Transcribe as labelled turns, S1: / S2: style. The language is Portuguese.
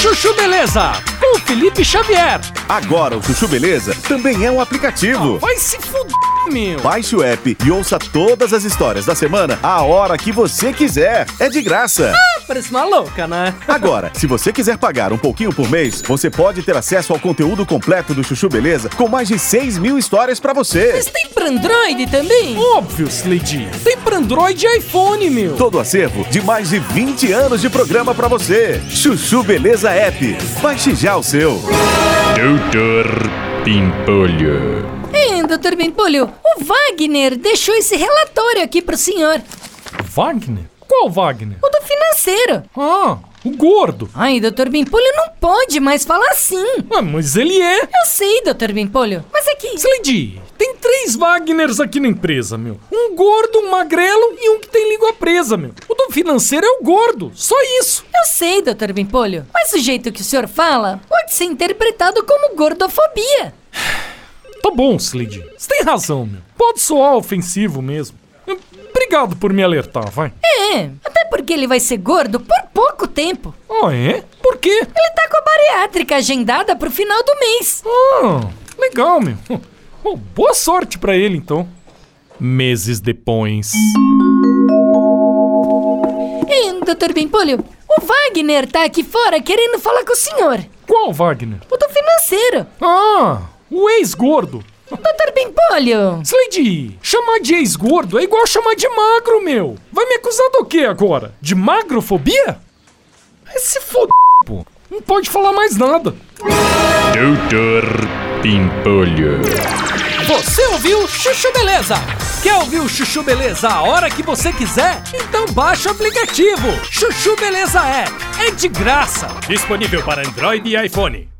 S1: Chuchu Beleza, com Felipe Xavier.
S2: Agora o Chuchu Beleza também é um aplicativo.
S1: Vai se fuder, meu.
S2: Baixe o app e ouça todas as histórias da semana a hora que você quiser. É de graça.
S1: Parece uma louca, né?
S2: Agora, se você quiser pagar um pouquinho por mês, você pode ter acesso ao conteúdo completo do Chuchu Beleza com mais de 6 mil histórias pra você.
S3: Mas tem pra Android também?
S1: Óbvio, Slade. Tem pra Android e iPhone, meu.
S2: Todo o acervo de mais de 20 anos de programa pra você. Chuchu Beleza App. Baixe já o seu.
S4: Doutor Pimpolho.
S3: Hein, doutor Bimpolho, o Wagner deixou esse relatório aqui pro senhor.
S1: Wagner? Qual Wagner?
S3: O do financeiro.
S1: Ah, o gordo.
S3: Ai, doutor Bimpolho não pode mais falar assim.
S1: Ah, mas ele é.
S3: Eu sei, doutor Bimpolho, mas é que...
S1: Slade, tem três Wagners aqui na empresa, meu. Um gordo, um magrelo e um que tem língua presa, meu. O do financeiro é o gordo, só isso.
S3: Eu sei, doutor Bimpolho, mas o jeito que o senhor fala pode ser interpretado como gordofobia.
S1: Tá bom, Slade. Você tem razão, meu. Pode soar ofensivo mesmo. Obrigado por me alertar, vai.
S3: É, até porque ele vai ser gordo por pouco tempo.
S1: Ah, é? Por quê?
S3: Ele tá com a bariátrica agendada pro final do mês.
S1: Ah, legal, meu. Bom, boa sorte pra ele, então. Meses depois.
S3: Hein, doutor Bimpolho, o Wagner tá aqui fora querendo falar com o senhor.
S1: Qual Wagner?
S3: O do financeiro.
S1: Ah, o ex-gordo.
S3: Doutor Bimpolho.
S1: Slade, chamar de ex-gordo é igual chamar de magro, meu. Vai me acusar do quê agora? De magrofobia? Vai se foder, pô. Não pode falar mais nada.
S4: Doutor Pimpolho.
S1: Você ouviu Chuchu Beleza? Quer ouvir o Chuchu Beleza a hora que você quiser? Então baixa o aplicativo. Chuchu Beleza é. É de graça.
S4: Disponível para Android e iPhone.